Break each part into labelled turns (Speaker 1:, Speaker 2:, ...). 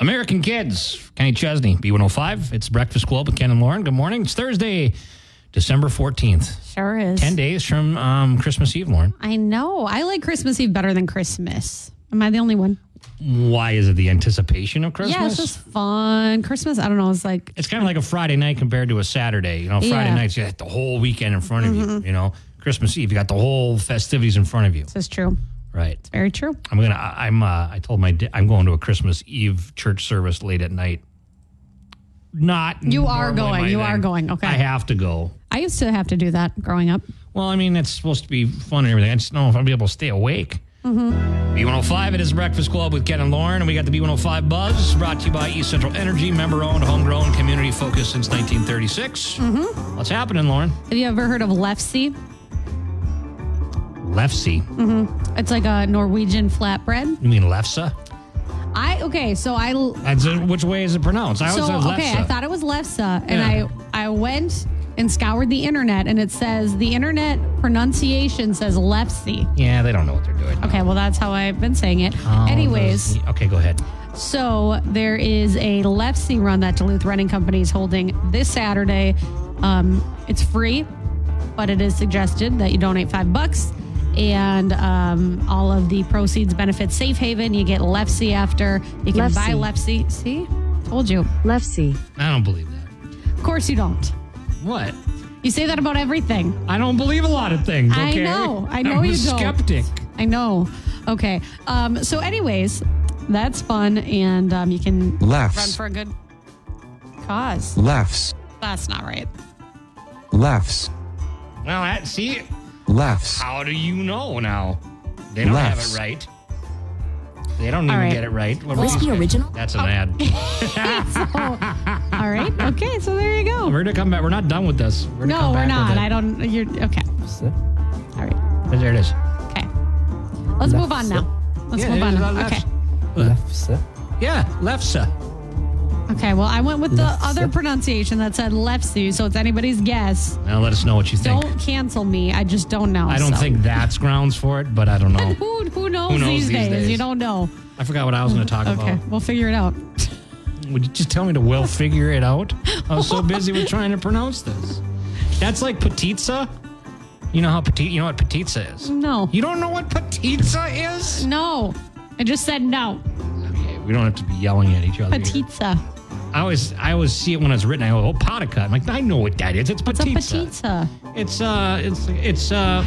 Speaker 1: American Kids, Kenny Chesney, B105. It's Breakfast Club with Ken and Lauren. Good morning. It's Thursday, December 14th.
Speaker 2: Sure is.
Speaker 1: 10 days from um, Christmas Eve, Lauren.
Speaker 2: I know. I like Christmas Eve better than Christmas. Am I the only one?
Speaker 1: Why is it the anticipation of Christmas?
Speaker 2: Yeah, it's just fun. Christmas, I don't know. It's like,
Speaker 1: It's kind of like a Friday night compared to a Saturday. You know, Friday
Speaker 2: Yeah. Mm-hmm.
Speaker 1: nights, you got the whole weekend in front of you. You know, Christmas Eve, you got the whole festivities in front of you.
Speaker 2: this is true.
Speaker 1: Right.
Speaker 2: Very true.
Speaker 1: I'm gonna. I- I'm. Uh, I told my. Di- I'm going to a Christmas Eve church service late at night. Not.
Speaker 2: You are
Speaker 1: normally
Speaker 2: going.
Speaker 1: my
Speaker 2: You are
Speaker 1: thing.
Speaker 2: going. Okay.
Speaker 1: I have to go.
Speaker 2: I used to have to do that growing up.
Speaker 1: Well, I mean, it's supposed to be fun and everything. I just don't know if I'll be able to stay awake.
Speaker 2: Mm-hmm.
Speaker 1: B105, it is Breakfast Club with Ken and Lauren, and we got the B105 Buzz brought to you by East Central Energy, member owned, homegrown, community focused since 1936. Mm-hmm. What's happening, Lauren?
Speaker 2: Have you ever heard of Lefse?
Speaker 1: Lefse.
Speaker 2: Mm. It's like a Norwegian flatbread.
Speaker 1: You mean Lefse?
Speaker 2: I, okay, so I,
Speaker 1: That's a, which way is it pronounced? I always said
Speaker 2: so,
Speaker 1: Lefse.
Speaker 2: okay, I thought it was Lefse, and
Speaker 1: Yeah.
Speaker 2: I, I went and scoured the internet, and it says the internet pronunciation says Lefse.
Speaker 1: yeah, they don't know what they're doing.
Speaker 2: Okay, well, that's how I've been saying it.
Speaker 1: Oh,
Speaker 2: Anyways.
Speaker 1: those- okay, go ahead.
Speaker 2: So there is a Lefse run that Duluth Running Company is holding this Saturday. Um, it's free, but it is suggested that you donate five bucks, and um, all of the proceeds benefit Safe Haven. You get Lefse after you can
Speaker 3: Lefse.
Speaker 2: buy Lefse. See, told you.
Speaker 3: Lefse.
Speaker 1: I don't believe that.
Speaker 2: Of course you don't.
Speaker 1: What?
Speaker 2: You say that about everything.
Speaker 1: I don't believe a lot of things.
Speaker 2: I
Speaker 1: Okay?
Speaker 2: know. I know
Speaker 1: I'm a
Speaker 2: you don't.
Speaker 1: Skeptic.
Speaker 2: I know. Okay. Um, so, anyways, that's fun, and um, you can run
Speaker 4: Laughs,
Speaker 2: for a good cause.
Speaker 4: laughs,
Speaker 2: That's not right.
Speaker 4: laughs,
Speaker 1: Well, that, see,
Speaker 4: laughs,
Speaker 1: How do you know now? They don't have
Speaker 4: Laughs.
Speaker 1: it right. They don't even
Speaker 2: right.
Speaker 1: get it right. What
Speaker 3: Whiskey
Speaker 1: wrong with it?
Speaker 3: original?
Speaker 1: That's an
Speaker 2: Oh.
Speaker 1: ad.
Speaker 2: All right. Okay. So there you go.
Speaker 1: We're gonna come back. We're not done with this. We're gonna
Speaker 2: No,
Speaker 1: come
Speaker 2: we're
Speaker 1: back
Speaker 2: not.
Speaker 1: with it.
Speaker 2: I don't. You're okay. All right.
Speaker 1: There it is.
Speaker 2: Okay. Let's move on now. Let's
Speaker 1: Yeah,
Speaker 2: move
Speaker 1: it is
Speaker 2: on.
Speaker 1: about
Speaker 2: Okay.
Speaker 1: lefse. Yeah, lefse.
Speaker 2: Okay. Well, I went with the other pronunciation that said lefse, so it's anybody's guess.
Speaker 1: Now let us know what you think.
Speaker 2: Don't cancel me. I just don't know.
Speaker 1: I don't
Speaker 2: so.
Speaker 1: think that's grounds for it, but I don't know.
Speaker 2: Who, who, knows
Speaker 1: Who knows
Speaker 2: these,
Speaker 1: these
Speaker 2: days?
Speaker 1: days? Uh-huh.
Speaker 2: You don't know.
Speaker 1: I forgot what I was gonna talk
Speaker 2: Okay.
Speaker 1: about.
Speaker 2: We'll figure it out.
Speaker 1: Would you just tell me to well figure it out? I was so busy with trying to pronounce this. That's like petitza. You know how petit? You know what petitza is?
Speaker 2: No.
Speaker 1: You don't know what petitza is?
Speaker 2: No. I just said no.
Speaker 1: Okay, we don't have to be yelling at each other. here.
Speaker 2: Petitza.
Speaker 1: I always I always see it when it's written. I go, oh, potica. I'm like, I know what that is. It's
Speaker 2: It's a
Speaker 1: petitza.
Speaker 2: petitza.
Speaker 1: It's uh, it's it's uh,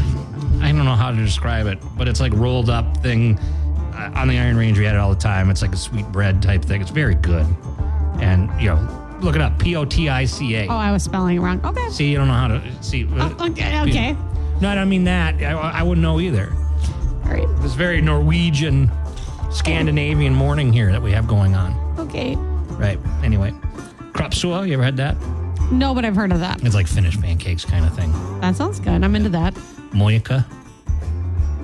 Speaker 1: I don't know how to describe it, but it's like rolled up thing. Uh, on the Iron Range, we had it all the time. It's like a sweet bread type thing. It's very good, and you know, look it up. P O T I C
Speaker 2: Oh,
Speaker 1: A.
Speaker 2: I was spelling it wrong. Okay.
Speaker 1: See, you don't know how to see. uh,
Speaker 2: Oh, okay. Okay.
Speaker 1: No, I don't mean that. I, I wouldn't know either.
Speaker 2: All right.
Speaker 1: This very Norwegian, Scandinavian morning here that we have going on.
Speaker 2: Okay.
Speaker 1: Right. Anyway, krapsua. You ever had that?
Speaker 2: No, but I've heard of that.
Speaker 1: It's like Finnish pancakes kind of thing.
Speaker 2: That sounds good. I'm into that.
Speaker 1: Moika.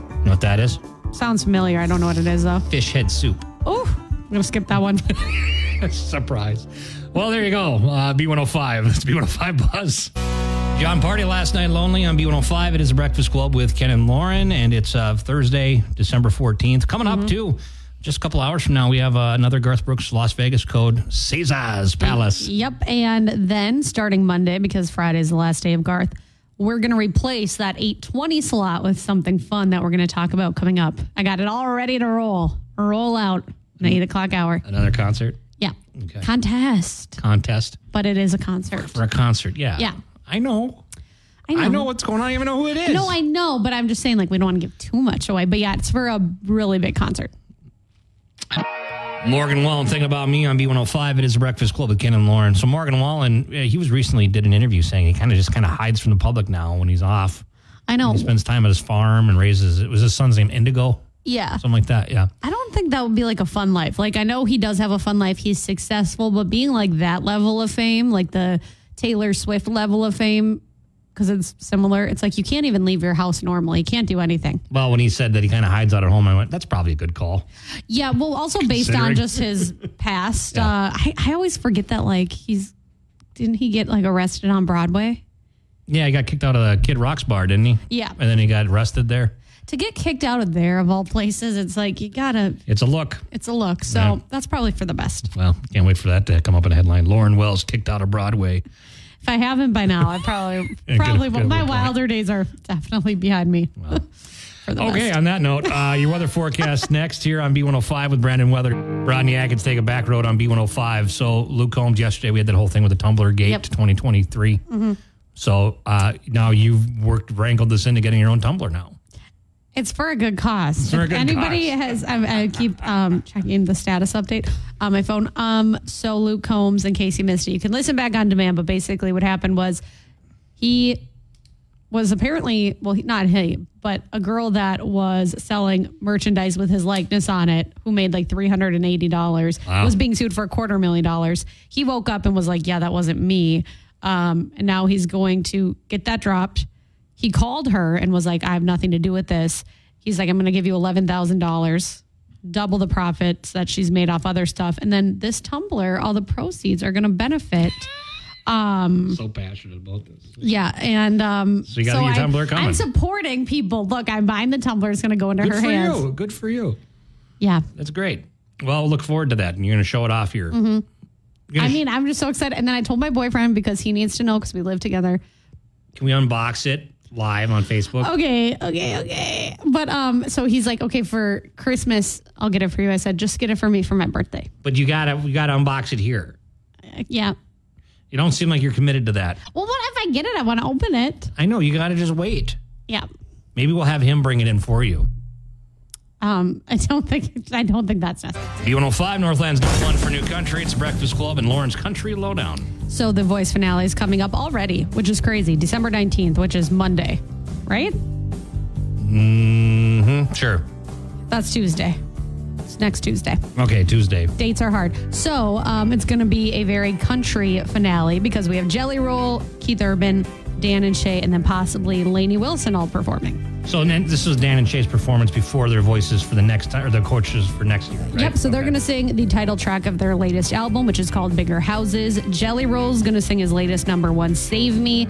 Speaker 1: You know what that is?
Speaker 2: Sounds familiar. I don't know what it is though.
Speaker 1: Fish head soup.
Speaker 2: Oh, I'm gonna skip that one.
Speaker 1: Surprise. Well, there you go. Uh, B105. That's B105 Buzz. John Party last night lonely on B105. It is a breakfast club with Ken and Lauren, and it's uh, Thursday, December 14th. Coming
Speaker 2: Mm-hmm.
Speaker 1: up, too, just a couple hours from now, we have uh, another Garth Brooks Las Vegas code, Caesar's Palace.
Speaker 2: yep. And then starting Monday, because Friday's the last day of Garth, we're gonna replace that 820 slot with something fun that we're gonna talk about coming up. I got it all ready to roll. Roll out in the eight o'clock hour.
Speaker 1: Another concert
Speaker 2: Yeah. Contest.
Speaker 1: contest
Speaker 2: But it is a concert.
Speaker 1: for a concert. Yeah.
Speaker 2: Yeah.
Speaker 1: I know.
Speaker 2: I know.
Speaker 1: I know what's going on. I even know who it is.
Speaker 2: no, I know, but I'm just saying, like, we don't want to give too much away. But yeah, it's for a really big concert.
Speaker 1: Morgan Wallen, thing about me on B105, it is Breakfast Club with Ken and Lauren. So Morgan Wallen, uh, he was recently did an interview saying he kind of just kind of hides from the public now when he's off.
Speaker 2: I know.
Speaker 1: He spends time at his farm and raises. It was his son's name Indigo,
Speaker 2: Yeah.
Speaker 1: something like that. Yeah,
Speaker 2: I don't think that would be like a fun life. Like I know he does have a fun life. He's successful, but being like that level of fame, like the Taylor Swift level of fame, because it's similar. It's like you can't even leave your house normally. You can't do anything.
Speaker 1: well, when he said that he kind of hides out at home, I went, "That's probably a good call."
Speaker 2: Yeah. Well, also based
Speaker 1: Considering-
Speaker 2: on just his past, uh, I, I always forget that. Like he's didn't he get like arrested on Broadway?
Speaker 1: Yeah, he got kicked out of the Kid Rock's bar, didn't he?
Speaker 2: Yeah.
Speaker 1: and then he got arrested there.
Speaker 2: to get kicked out of there of all places, it's like you gotta.
Speaker 1: It's a look.
Speaker 2: It's a look. So
Speaker 1: Yeah.
Speaker 2: that's probably for the best.
Speaker 1: Well, can't wait for that to come up in a headline. Lauren Wells kicked out of Broadway.
Speaker 2: If I haven't by now, I probably probably
Speaker 1: good
Speaker 2: won't. my
Speaker 1: point.
Speaker 2: wilder days are definitely behind me. for the
Speaker 1: Okay,
Speaker 2: best.
Speaker 1: on that note, uh, your weather forecast next here on B105 with Brandon Weather. Rodney Atkins take a back road on B105. So, Luke Combs, yesterday we had that whole thing with the Tumblr Gate
Speaker 2: Yep. Mm-hmm.
Speaker 1: 2023. So, uh, now you've worked, wrangled this into getting your own Tumblr now.
Speaker 2: It's for a good cause.
Speaker 1: for a
Speaker 2: If
Speaker 1: good
Speaker 2: anybody
Speaker 1: cause.
Speaker 2: has, I, I keep um, checking the status update on my phone. Um, so Luke Combs, in case you missed it, you can listen back on demand. But basically, what happened was he was apparently well, he, not he, but a girl that was selling merchandise with his likeness on it, who made like three hundred and eighty dollars,
Speaker 1: Wow.
Speaker 2: was being sued for a quarter million dollars. He woke up and was like, "Yeah, that wasn't me." Um, and now he's going to get that dropped. He called her and was like, "I have nothing to do with this." He's like, "I'm going to give you eleven thousand dollars." Double the profits that she's made off other stuff. And then this Tumblr, all the proceeds are going to benefit
Speaker 1: So passionate about this.
Speaker 2: yeah, and um,
Speaker 1: So you gotta get your
Speaker 2: I'm-
Speaker 1: tumbler coming.
Speaker 2: I'm supporting people. Look, I'm buying the tumbler. It's going to go into
Speaker 1: Good
Speaker 2: her
Speaker 1: for
Speaker 2: hands.
Speaker 1: you. Good for you.
Speaker 2: Yeah,
Speaker 1: That's great. Well, we'll look forward to that. And you're going to show it off here.
Speaker 2: Mm-hmm.
Speaker 1: You're
Speaker 2: I
Speaker 1: gonna-
Speaker 2: mean, I'm just so excited. And then I told my boyfriend because he needs to know because we live together.
Speaker 1: can we unbox it live on Facebook?
Speaker 2: Okay, okay, okay. But um, so he's like, okay, for Christmas, I'll get it for you. I said, just get it for me for my birthday.
Speaker 1: But you got to you got to unbox it here.
Speaker 2: Uh, Yeah.
Speaker 1: You don't seem like you're committed to that.
Speaker 2: Well, what if I get it? I want to open it.
Speaker 1: I know you got to just wait.
Speaker 2: Yeah.
Speaker 1: Maybe we'll have him bring it in for you.
Speaker 2: Um, I don't think I don't think that's necessary.
Speaker 1: B105 Northlands number one for New Country. It's Breakfast Club and Lawrence Country Lowdown.
Speaker 2: So the voice finale is coming up already, which is crazy. December nineteenth, which is Monday, right?
Speaker 1: Mm-hmm. Sure.
Speaker 2: That's Tuesday. It's next Tuesday.
Speaker 1: Okay, Tuesday.
Speaker 2: Dates are hard. So um, it's going to be a very country finale because we have Jelly Roll, Keith Urban, Dan and Shay, and then possibly Lainey Wilson all performing.
Speaker 1: So then this was Dan and Shay's performance before their voices for the next time, or their coaches for next year. Right?
Speaker 2: Yep. So they're
Speaker 1: Okay.
Speaker 2: going to sing the title track of their latest album, which is called Bigger Houses. Jelly Roll's going to sing his latest number one, Save Me.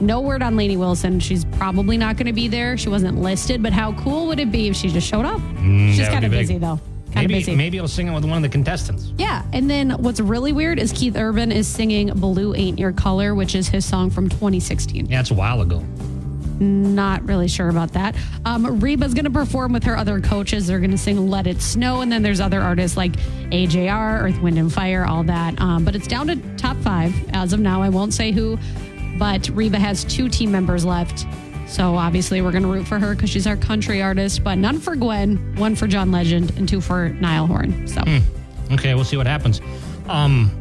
Speaker 2: No word on Lainey Wilson. She's probably not going to be there. She wasn't listed, but how cool would it be if she just showed up? She's
Speaker 1: Hmm. that would
Speaker 2: kind of
Speaker 1: be big.
Speaker 2: busy, though. Kind of
Speaker 1: maybe
Speaker 2: busy.
Speaker 1: maybe I'll sing it with one of the contestants.
Speaker 2: Yeah, and then what's really weird is Keith Urban is singing "Blue Ain't Your Color," which is his song from 2016.
Speaker 1: Yeah, it's a while ago.
Speaker 2: Not really sure about that. Um, Reba's going to perform with her other coaches. They're going to sing "Let It Snow," and then there's other artists like AJR, Earth, Wind, and Fire, all that. Um, but it's down to top five as of now. I won't say who, but Reba has two team members left. So obviously we're going to root for her because she's our country artist, but none for Gwen, one for John Legend, and two for Niall Horn. So.
Speaker 1: Okay, we'll see what happens. Um,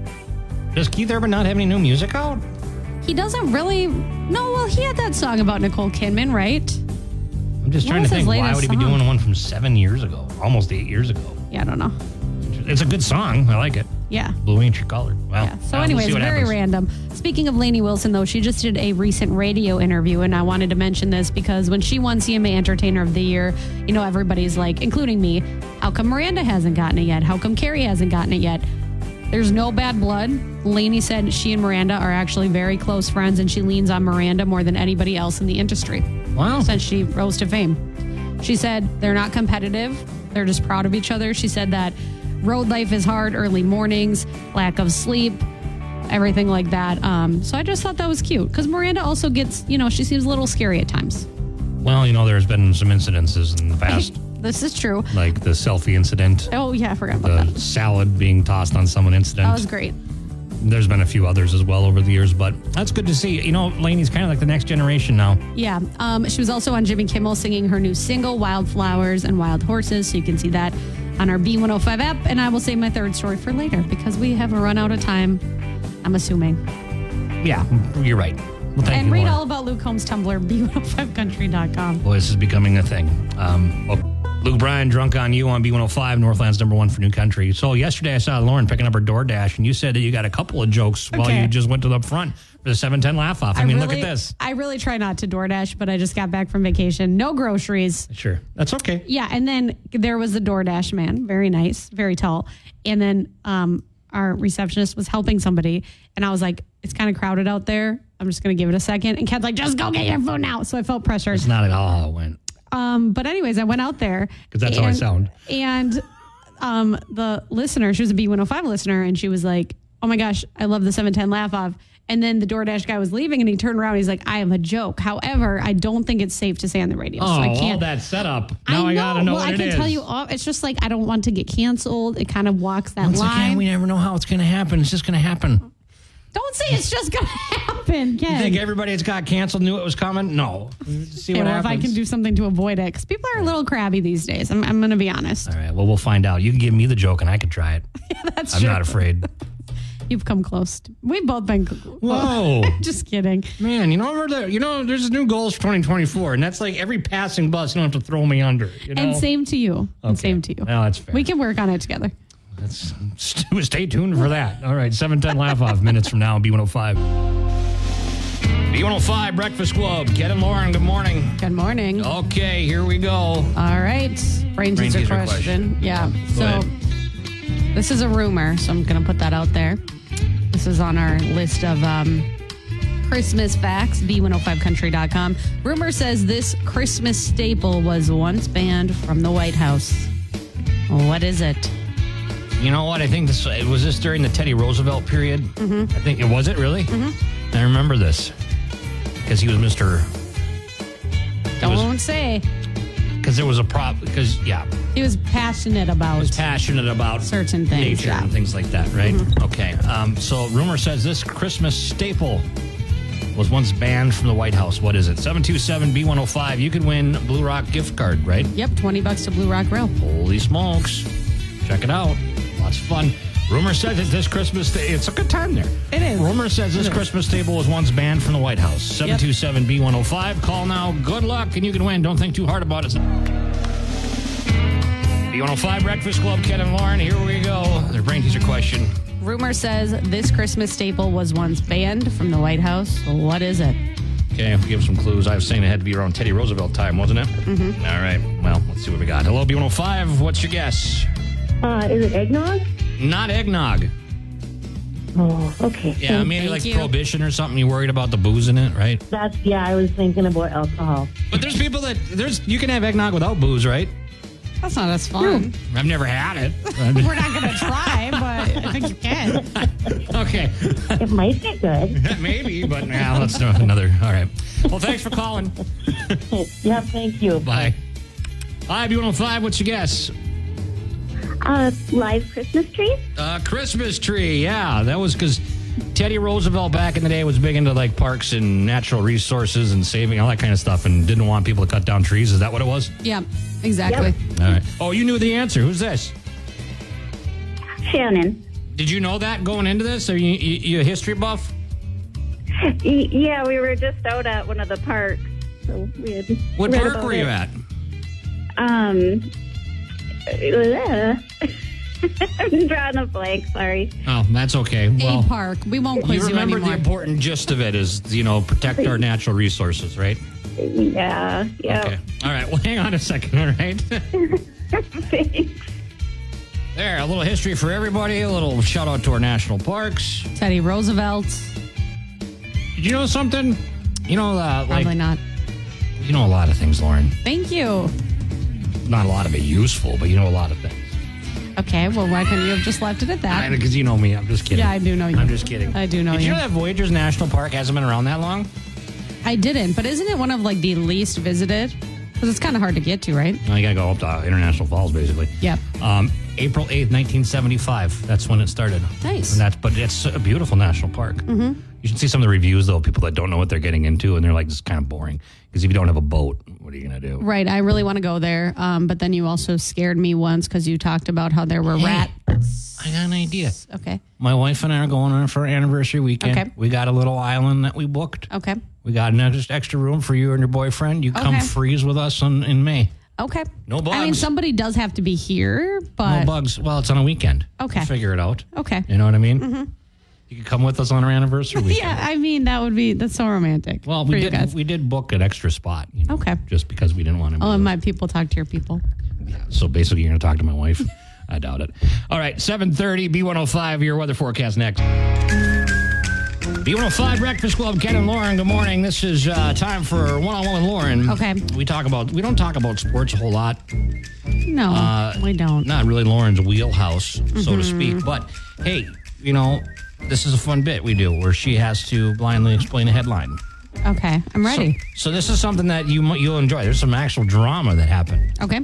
Speaker 1: does Keith Urban not have any new music out?
Speaker 2: He doesn't really. No, well, he had that song about Nicole Kidman, right?
Speaker 1: I'm just
Speaker 2: What
Speaker 1: trying to
Speaker 2: was his
Speaker 1: think. Why
Speaker 2: latest
Speaker 1: would he be
Speaker 2: song?
Speaker 1: doing one from seven years ago, almost eight years ago?
Speaker 2: Yeah, I don't know.
Speaker 1: It's a good song. I like it.
Speaker 2: Yeah.
Speaker 1: Blue ain't your color. Well,
Speaker 2: Yeah. So,
Speaker 1: uh, we'll
Speaker 2: anyways,
Speaker 1: see what
Speaker 2: very
Speaker 1: happens.
Speaker 2: random. Speaking of Lainey Wilson, though, she just did a recent radio interview, and I wanted to mention this because when she won CMA Entertainer of the Year, you know, everybody's like, including me, how come Miranda hasn't gotten it yet? How come Carrie hasn't gotten it yet? There's no bad blood. Lainey said she and Miranda are actually very close friends, and she leans on Miranda more than anybody else in the industry.
Speaker 1: Wow.
Speaker 2: since she rose to fame. She said they're not competitive, they're just proud of each other. She said that road life is hard, early mornings, lack of sleep, everything like that. Um, so I just thought that was cute because Miranda also gets, you know, she seems a little scary at times.
Speaker 1: Well, you know, there's been some incidences in the past,
Speaker 2: This is true.
Speaker 1: like the selfie incident,
Speaker 2: Oh, yeah, I forgot about
Speaker 1: the
Speaker 2: that.
Speaker 1: salad being tossed on someone incident.
Speaker 2: That was great.
Speaker 1: There's been a few others as well over the years, but that's good to see. You know, Lainey's kind of like the next generation now.
Speaker 2: Yeah. Um, she was also on Jimmy Kimmel singing her new single, Wildflowers and Wild Horses. So you can see that on our B105 app. And I will save my third story for later because we have run out of time, I'm assuming.
Speaker 1: Yeah, you're right. Well, thank
Speaker 2: and
Speaker 1: you,
Speaker 2: read
Speaker 1: Lauren.
Speaker 2: all about Luke Holmes' Tumblr, b105country.com.
Speaker 1: Boy, this is becoming a thing. Um, well, Luke Bryan, drunk on you on B105, Northland's number one for new country. So yesterday I saw Lauren picking up her DoorDash, and you said that you got a couple of jokes while
Speaker 2: Okay.
Speaker 1: you just went to the front for the 710 laugh off. I, mean, look at this.
Speaker 2: I really try not to DoorDash, but I just got back from vacation. No groceries.
Speaker 1: Sure, that's okay.
Speaker 2: Yeah, and then there was the DoorDash man, very nice, very tall. And then um, our receptionist was helping somebody, and I was like, "It's kind of crowded out there. I'm just gonna give it a second. And Ked's like, "Just go get your food now." So I felt pressured.
Speaker 1: It's not at all how it went.
Speaker 2: Um, but anyways, I went out there
Speaker 1: 'Cause that's how I
Speaker 2: and-
Speaker 1: sound.
Speaker 2: And um, the listener, she was a B105 listener, and she was like, "Oh my gosh, I love the 710 laugh off." And then the DoorDash guy was leaving, and he turned around. And he's like, "I am a joke." However, I don't think it's safe to say on the radio,
Speaker 1: Oh,
Speaker 2: so I
Speaker 1: all
Speaker 2: can't.
Speaker 1: that setup. Now I, gotta know
Speaker 2: well,
Speaker 1: what
Speaker 2: I
Speaker 1: it
Speaker 2: can
Speaker 1: is.
Speaker 2: tell you. All, it's just like I don't want to get canceled. It kind of walks that
Speaker 1: Once
Speaker 2: line.
Speaker 1: again, we never know how it's gonna happen. It's just gonna happen.
Speaker 2: don't say it's just gonna happen.
Speaker 1: You
Speaker 2: Ken.
Speaker 1: think everybody that's got canceled knew it was coming? No. See what
Speaker 2: Yeah, well, if
Speaker 1: happens.
Speaker 2: I can do something to avoid it, because people are a little crabby these days. I'm, I'm going to be honest.
Speaker 1: All right. Well, we'll find out. You can give me the joke, and I can try it.
Speaker 2: That's
Speaker 1: I'm
Speaker 2: true.
Speaker 1: not afraid.
Speaker 2: You've come close. We've both been.
Speaker 1: Whoa.
Speaker 2: Just kidding.
Speaker 1: Man, you know, over there, you know, there's new goals for 2024, and that's like every passing bus, you don't have to throw me under. You know?
Speaker 2: And same to you. And
Speaker 1: Okay.
Speaker 2: same to you.
Speaker 1: No, that's fair.
Speaker 2: We can work on it together.
Speaker 1: That's, st- stay tuned for that. All right, 710 laugh off minutes from now oh on B105. B105 Breakfast Club. Ken and Lauren, good morning.
Speaker 2: Good morning.
Speaker 1: Okay, here we go.
Speaker 2: All right. Brain teaser,
Speaker 1: Oh. teaser
Speaker 2: question.
Speaker 1: question.
Speaker 2: Yeah.
Speaker 1: Go
Speaker 2: So
Speaker 1: ahead.
Speaker 2: this is a rumor, so I'm going to put that out there. This is on our list of um, Christmas facts, b105country.com. Rumor says this Christmas staple was once banned from the White House. What is it?
Speaker 1: You know what? I think this was this during the Teddy Roosevelt period.
Speaker 2: Mm-hmm.
Speaker 1: I think it was it really. I remember this because he was Mister. was-
Speaker 2: Don't say.
Speaker 1: Because there was a prop. Because yeah,
Speaker 2: He was passionate about.
Speaker 1: was passionate about
Speaker 2: Certain things,
Speaker 1: nature
Speaker 2: yeah. Mm-hmm.
Speaker 1: and things like that, right? Okay. Um, so rumor says this Christmas staple was once banned from the White House. What is it? Seven two seven B one zero five. You could win Blue Rock gift card, right?
Speaker 2: Yep, 20 bucks to Blue Rock Grill.
Speaker 1: Holy smokes! Check it out. Lots of fun. Rumor says that this Christmas sta- it's a good time there.
Speaker 2: It is.
Speaker 1: Rumor says this Christmas table was once banned from the White House. 727 B105. Call now. Good luck and you can win. Don't think too hard about it. B105 Breakfast Club, Ken and Lauren. Here we go. Their brain teaser question.
Speaker 2: Rumor says this Christmas staple was once banned from the White House. What is it?
Speaker 1: Okay, I'll give some clues. I was saying it had to be around Teddy Roosevelt time, wasn't it? Mm-hmm. All right. Well, let's see what we got. Hello, B105. What's your guess?
Speaker 3: Uh, is it eggnog?
Speaker 1: Not eggnog.
Speaker 3: Oh, okay.
Speaker 1: Yeah, maybe
Speaker 2: Thank
Speaker 1: like
Speaker 2: you.
Speaker 1: prohibition or something. You worried about the booze in it, right?
Speaker 3: That's yeah. I was thinking about alcohol.
Speaker 1: But there's people that there's you can have eggnog without booze, right?
Speaker 2: That's not as fun.
Speaker 1: I've never had it.
Speaker 2: We're not going to try, but I think you can.
Speaker 1: okay,
Speaker 3: It might be
Speaker 1: Mm-hmm.
Speaker 3: good.
Speaker 1: maybe, but now let's do another. All right. Well, thanks for calling.
Speaker 3: yeah, thank you.
Speaker 1: Bye. Hi, B105. What's your guess?
Speaker 3: Uh, live Christmas trees?
Speaker 1: Uh, Christmas tree. Yeah, that was because Teddy Roosevelt back in the day was big into like parks and natural resources and saving all that kind of stuff, and didn't want people to cut down trees. Is that what it was?
Speaker 2: Yeah, exactly.
Speaker 3: Yep.
Speaker 1: All right. Oh, you knew the answer. Who's this?
Speaker 3: Shannon.
Speaker 1: Did you know that going into this? Are you, you, you a history buff?
Speaker 3: Y- yeah, we were just out at one of the parks. So we had
Speaker 1: What
Speaker 3: read
Speaker 1: park
Speaker 3: about
Speaker 1: were you
Speaker 3: it.
Speaker 1: at?
Speaker 3: Um, uh, I'm drawing a blank. Sorry.
Speaker 1: Oh, that's okay.
Speaker 2: A
Speaker 1: Well,
Speaker 2: park. We won't
Speaker 1: you
Speaker 2: quiz you,
Speaker 1: remember the
Speaker 2: anymore.
Speaker 1: important gist of it is, you know, protect our natural resources, right?
Speaker 3: Yeah.
Speaker 1: Okay.
Speaker 3: Yeah.
Speaker 1: All right. Well, hang on a second. All right. there, a little history for everybody. A little shout out to our national parks.
Speaker 2: Teddy Roosevelt.
Speaker 1: Did you know something? You know, uh, like
Speaker 2: Probably not.
Speaker 1: you know a lot of things, Lauren.
Speaker 2: Thank you.
Speaker 1: Not a lot of it useful, but you know a lot of things.
Speaker 2: Okay, well, why couldn't you have just left it at that?
Speaker 1: Because you know me. I'm just kidding.
Speaker 2: Yeah, I do know you.
Speaker 1: I'm just kidding.
Speaker 2: I do know
Speaker 1: Did you
Speaker 2: you.
Speaker 1: know that Voyagers National Park hasn't been around that long?
Speaker 2: I didn't, but isn't it one of like the least visited? Because it's kind of hard to get to, right?
Speaker 1: Now you gotta go up to uh, International Falls, basically.
Speaker 2: Yep.
Speaker 1: Um, April eighth, nineteen seventy-five. That's when it started.
Speaker 2: Nice.
Speaker 1: And that's but it's a beautiful national park. Mm-hmm. You should see some of the reviews though. People that don't know what they're getting into, and they're like, "It's kind of boring." Because if you don't have a boat, what are you gonna do?
Speaker 2: Right. I really want to go there. Um, but then you also scared me once because you talked about how there were rats.
Speaker 1: I got an idea.
Speaker 2: Okay.
Speaker 1: My wife and I are going on for our anniversary weekend.
Speaker 2: Okay. Oh.
Speaker 1: We got a little island that we booked.
Speaker 2: Okay.
Speaker 1: We got an ex- extra room for you and your boyfriend. You come
Speaker 2: Okay.
Speaker 1: freeze with us on, in May.
Speaker 2: Okay.
Speaker 1: No
Speaker 2: I mean,
Speaker 1: bugs.
Speaker 2: somebody does have to be here,
Speaker 1: No
Speaker 2: but
Speaker 1: bugs. Well, it's on a weekend.
Speaker 2: Uh, Okay. Oh.
Speaker 1: We'll figure it out.
Speaker 2: okay.
Speaker 1: You know what I mean? Mm-hmm. You can come with us on our anniversary weekend.
Speaker 2: Yeah. I mean, that would be that's so romantic.
Speaker 1: Well,
Speaker 2: for
Speaker 1: we
Speaker 2: you guys.
Speaker 1: did. We did book an extra spot. You know,
Speaker 2: Okay.
Speaker 1: Just because we didn't want to.
Speaker 2: Oh, and my people talk to your people.
Speaker 1: So basically, you're going to talk to my wife. I oh doubt it. All right, seven thirty. B one hundred five. Your weather forecast next. B105 Breakfast Club, Ken and Lauren, good morning. This is uh, time for one on one with Lauren.
Speaker 2: Okay.
Speaker 1: We talk about, we don't talk about sports a whole lot.
Speaker 2: No,
Speaker 1: Uh,
Speaker 2: we don't.
Speaker 1: Not really Lauren's wheelhouse, so to speak. But hey, you know, this is a fun bit we do where she has to blindly explain a headline.
Speaker 2: Okay, I'm ready.
Speaker 1: So this is something that you mu- you'll enjoy. There's some actual drama that happened.
Speaker 2: okay.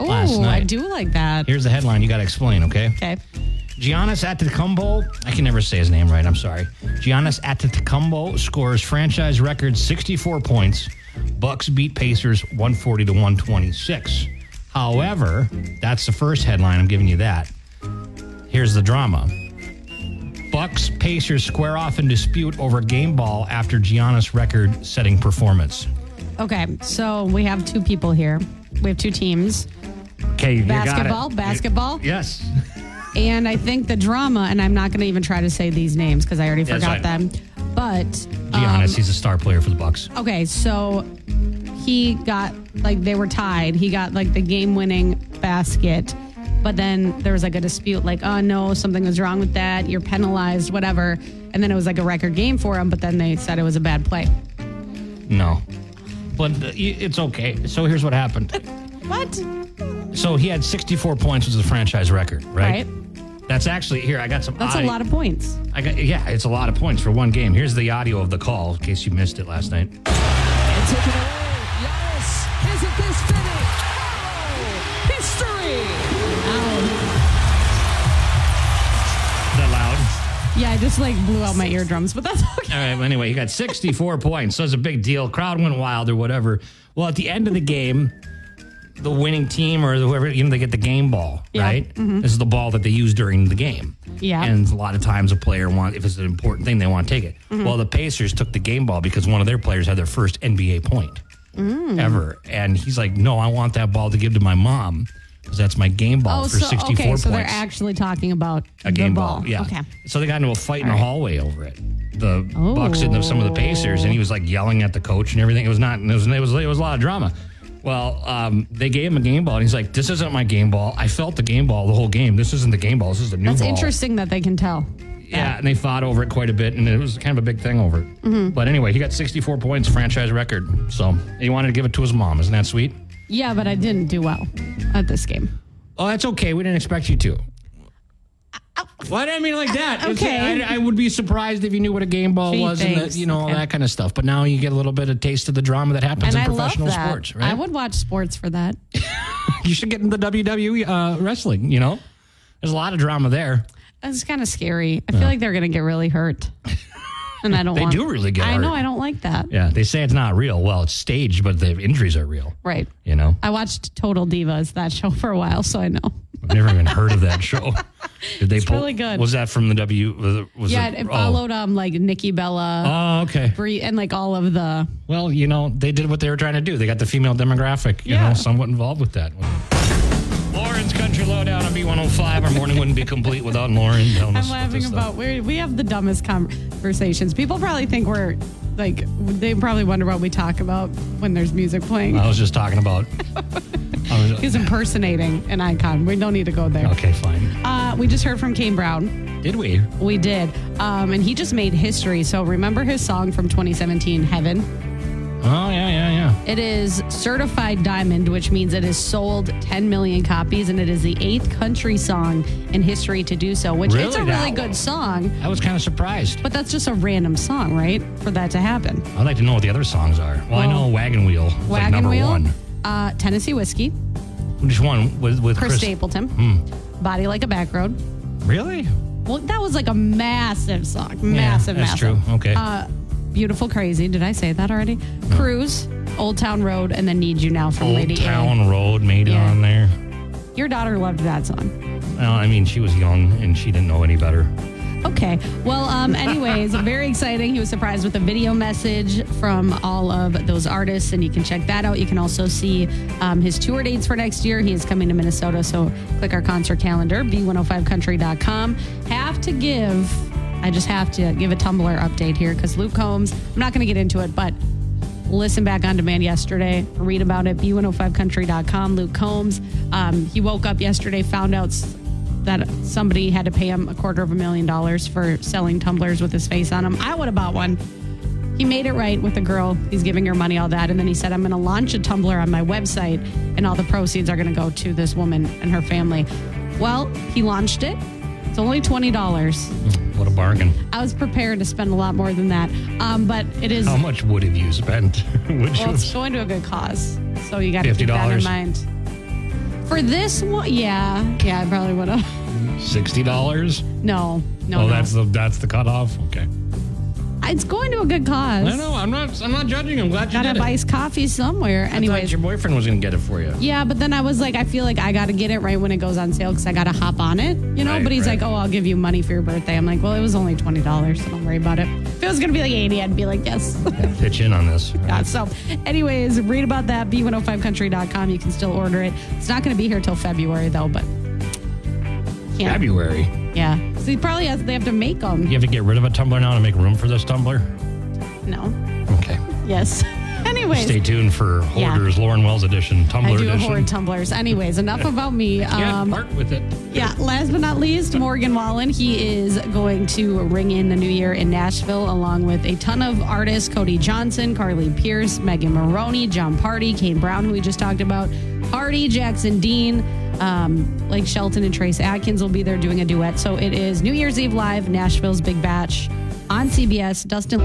Speaker 2: Oh,
Speaker 1: Last
Speaker 2: I
Speaker 1: night.
Speaker 2: do like that.
Speaker 1: Here's the headline. You got to explain, okay?
Speaker 2: Okay.
Speaker 1: Giannis Antetokounmpo. I can never say his name right. I'm sorry. Giannis Antetokounmpo scores franchise record 64 points. Bucks beat Pacers 140 to 126. However, that's the first headline. I'm giving you that. Here's the drama. Bucks Pacers square off in dispute over game ball after Giannis record-setting performance.
Speaker 2: Okay, so we have two people here. We have two teams.
Speaker 1: Okay, you got it.
Speaker 2: Basketball, basketball.
Speaker 1: Yes.
Speaker 2: And I think the drama, and I'm not going to even try to say these names because I already
Speaker 1: That's
Speaker 2: forgot
Speaker 1: fine.
Speaker 2: them. But
Speaker 1: Giannis,
Speaker 2: Um,
Speaker 1: he's a star player for the Bucks.
Speaker 2: okay, so he got like they were tied. He got like the game-winning basket, but then there was like a dispute, like oh no, something was wrong with that. You're penalized, whatever. And then it was like a record game for him, but then they said it was a bad play.
Speaker 1: No. But uh, y- it's okay. So here's what happened.
Speaker 2: What?
Speaker 1: So he had 64 points, which is a franchise record, right?
Speaker 2: Right.
Speaker 1: That's actually here. I got some.
Speaker 2: That's
Speaker 1: audio-
Speaker 2: a lot of points.
Speaker 1: I got, yeah, it's a lot of points for one game. Here's the audio of the call in case you missed it last night.
Speaker 5: and taken away. Giannis, isn't this fitting? Oh, history!
Speaker 1: That loud.
Speaker 2: Yeah, I just like blew out my eardrums, but that's okay.
Speaker 1: All right. Well, anyway, he got 64 points. So it's a big deal. Crowd went wild or whatever. Well, at the end of the game, the winning team or whoever, you know, they get the game ball,
Speaker 2: Yeah. Mm-hmm.
Speaker 1: right? This is the ball that they use during the game.
Speaker 2: Yeah.
Speaker 1: And a lot of times a player want if it's an important thing, they want to take it.
Speaker 2: Mm-hmm.
Speaker 1: Well, the Pacers took the game ball because one of their players had their first NBA point
Speaker 2: Mm.
Speaker 1: ever. And he's like, No, I want that ball to give to my mom because that's my game ball
Speaker 2: Oh,
Speaker 1: for
Speaker 2: so
Speaker 1: 64
Speaker 2: okay,
Speaker 1: points.
Speaker 2: so they're actually talking about
Speaker 1: a game
Speaker 2: the
Speaker 1: ball.
Speaker 2: ball.
Speaker 1: Yeah.
Speaker 2: Okay.
Speaker 1: So they got into a fight in the hallway over it. The Bucks and the- some of the Pacers, and he was like yelling at the coach and everything. It was not. It was. It was. It was a lot of drama. Well, um, they gave him a game ball, and he's like, "This isn't my game ball. I felt the game ball the whole game. This isn't the game ball. This is the new
Speaker 2: That's
Speaker 1: ball."
Speaker 2: interesting that they can tell.
Speaker 1: Yeah, and they fought over it quite a bit, and it was kind of a big thing over it.
Speaker 2: Mm-hmm.
Speaker 1: But anyway, he got 64 points, franchise record. So he wanted to give it to his mom. Isn't that sweet?
Speaker 2: Yeah, but I didn't do well at this game.
Speaker 1: Oh, that's okay. We didn't expect you to. Why did I mean like that? It's-
Speaker 2: Uh, okay.
Speaker 1: I, I would be surprised if you knew what a game ball
Speaker 2: Gee,
Speaker 1: was and that,
Speaker 2: thanks.
Speaker 1: you know, all
Speaker 2: Okay.
Speaker 1: that kind of stuff. But now you get a little bit of taste of the drama that happens
Speaker 2: And
Speaker 1: in
Speaker 2: I love
Speaker 1: professional
Speaker 2: that.
Speaker 1: sports, right?
Speaker 2: I would watch sports for that.
Speaker 1: You should get into WWE uh, wrestling, you know? There's a lot of drama there.
Speaker 2: It's kind of scary. I feel like they're going to get really hurt. And I don't
Speaker 1: They
Speaker 2: want
Speaker 1: do really get
Speaker 2: I know
Speaker 1: hurt.
Speaker 2: I don't like that.
Speaker 1: Yeah, they say it's not real. Well, it's staged, but the injuries are real,
Speaker 2: Right.
Speaker 1: you know?
Speaker 2: I watched Total Divas that show for a while, so I know.
Speaker 1: I've never even heard of that show. Did they pull?
Speaker 2: really good.
Speaker 1: Was that from the W? Was it, was
Speaker 2: Yeah,
Speaker 1: it,
Speaker 2: it,
Speaker 1: oh.
Speaker 2: followed um like Nikki Bella
Speaker 1: Oh, okay.
Speaker 2: Bree and like all of the
Speaker 1: Well, you know, they did what they were trying to do. They got the female demographic, you
Speaker 2: Yeah.
Speaker 1: know, somewhat involved with that. Lauren's Country Lowdown on B105. Our morning wouldn't be complete without Lauren telling us about
Speaker 2: I'm laughing
Speaker 1: this stuff.
Speaker 2: about we we have the dumbest conversations. People probably think we're like they probably wonder what we talk about when there's music playing.
Speaker 1: I was just talking about. I was-
Speaker 2: He's impersonating an icon. We don't need to go there.
Speaker 1: okay, fine.
Speaker 2: Uh, we just heard from Kane Brown.
Speaker 1: Did we?
Speaker 2: We did, um, and he just made history. So remember his song from 2017, "Heaven."
Speaker 1: Oh, yeah, yeah, yeah.
Speaker 2: It is certified diamond, which means it has sold 10 million copies, and it is the eighth country song in history to do so. Which it's a
Speaker 1: Really?
Speaker 2: really
Speaker 1: Wow.
Speaker 2: good song,
Speaker 1: I was kind of surprised.
Speaker 2: but that's just a random song, right? For that to happen.
Speaker 1: I'd like to know what the other songs are. Well, I know Wagon Wheel. It's like
Speaker 2: Wagon
Speaker 1: number
Speaker 2: Wheel,
Speaker 1: one.
Speaker 2: Uh, Tennessee Whiskey,
Speaker 1: Which one? With, with
Speaker 2: Chris,
Speaker 1: Chris. Hmm.
Speaker 2: Stapleton, Body Like a Back Road.
Speaker 1: Really?
Speaker 2: Well, that was like a massive song.
Speaker 1: Yeah,
Speaker 2: Massive,
Speaker 1: That's
Speaker 2: massive.
Speaker 1: true. Okay.
Speaker 2: Uh, Beautiful Crazy. Did I say that already? Cruise, Old Town Road, and then Need You Now from
Speaker 1: Old
Speaker 2: Lady
Speaker 1: Town Road made it
Speaker 2: Yeah.
Speaker 1: on there.
Speaker 2: A. Your daughter loved that song.
Speaker 1: Well, I mean, she was young and she didn't know any better.
Speaker 2: Okay. Well, um, anyways, very exciting. He was surprised with a video message from all of those artists, and you can check that out. You can also see um, his tour dates for next year. He is coming to Minnesota, so click our concert calendar, b105country.com. Have to give, I just have to give a Tumblr update here because Luke Combs, I'm not going to get into it, but listen back on demand yesterday, read oh about it, b105country.com. Luke Combs, um, he woke up yesterday, found out s- that somebody had to pay him a quarter of a million dollars for selling tumblers with his face on them. I would have bought one. He made it right with the girl. He's giving her money, all that. And then he said, I'm going to launch a Tumblr on my website, and all the proceeds are going to go to this woman and her family. Well, he launched it. It's only $20.
Speaker 1: What a bargain.
Speaker 2: I was prepared to spend a lot more than that. Um, but it is,
Speaker 1: How
Speaker 2: well,
Speaker 1: much would have you spent? Which
Speaker 2: it's
Speaker 1: was
Speaker 2: going to a good cause. So you got to keep that in
Speaker 1: $50.
Speaker 2: mind. For this one, yeah. Yeah, I probably would have.
Speaker 1: sixty dollars?
Speaker 2: No, no.
Speaker 1: Oh,
Speaker 2: no.
Speaker 1: that's the that's the cutoff. Okay.
Speaker 2: It's going to a good cause.
Speaker 1: No, no, I'm not. I'm not judging. I'm glad you
Speaker 2: Gotta
Speaker 1: did
Speaker 2: buy
Speaker 1: it.
Speaker 2: iced coffee somewhere.
Speaker 1: I thought
Speaker 2: Anyways,
Speaker 1: your boyfriend was gonna get it for you.
Speaker 2: yeah, but then I was like, I feel like I gotta get it right when it goes on sale because I gotta hop on it, you know.
Speaker 1: Right,
Speaker 2: but he's
Speaker 1: right.
Speaker 2: like, oh, I'll give you money for your birthday. I'm like, well, it was only twenty dollars, so don't worry about it. If it was gonna be like eighty, I'd be like, yes.
Speaker 1: Pitch in on this.
Speaker 2: Yeah, so, anyways, read about that b105country.com. You can still order it. It's not gonna be here till February though, but can't.
Speaker 1: February.
Speaker 2: Yeah, so he probably has. They have to make them.
Speaker 1: You have to get rid of a tumbler now to make room for this tumbler.
Speaker 2: No.
Speaker 1: Okay.
Speaker 2: Yes. anyways.
Speaker 1: Stay tuned for
Speaker 2: Yeah.
Speaker 1: Hoarders Lauren Wells edition, Tumblr
Speaker 2: I do
Speaker 1: edition.
Speaker 2: hoard tumblers. Anyways, enough about me.
Speaker 1: yeah,
Speaker 2: Um,
Speaker 1: part with it.
Speaker 2: yeah, last but not least, Morgan Wallen. He is going to ring in the new year in Nashville along with a ton of artists Cody Johnson, Carly Pierce, Megan Maroney, John Party, Kane Brown, who we just talked about, Hardy, Jackson Dean, um, Blake Shelton, and Trace Atkins will be there doing a duet. So it is New Year's Eve Live, Nashville's Big Batch on CBS. Dustin.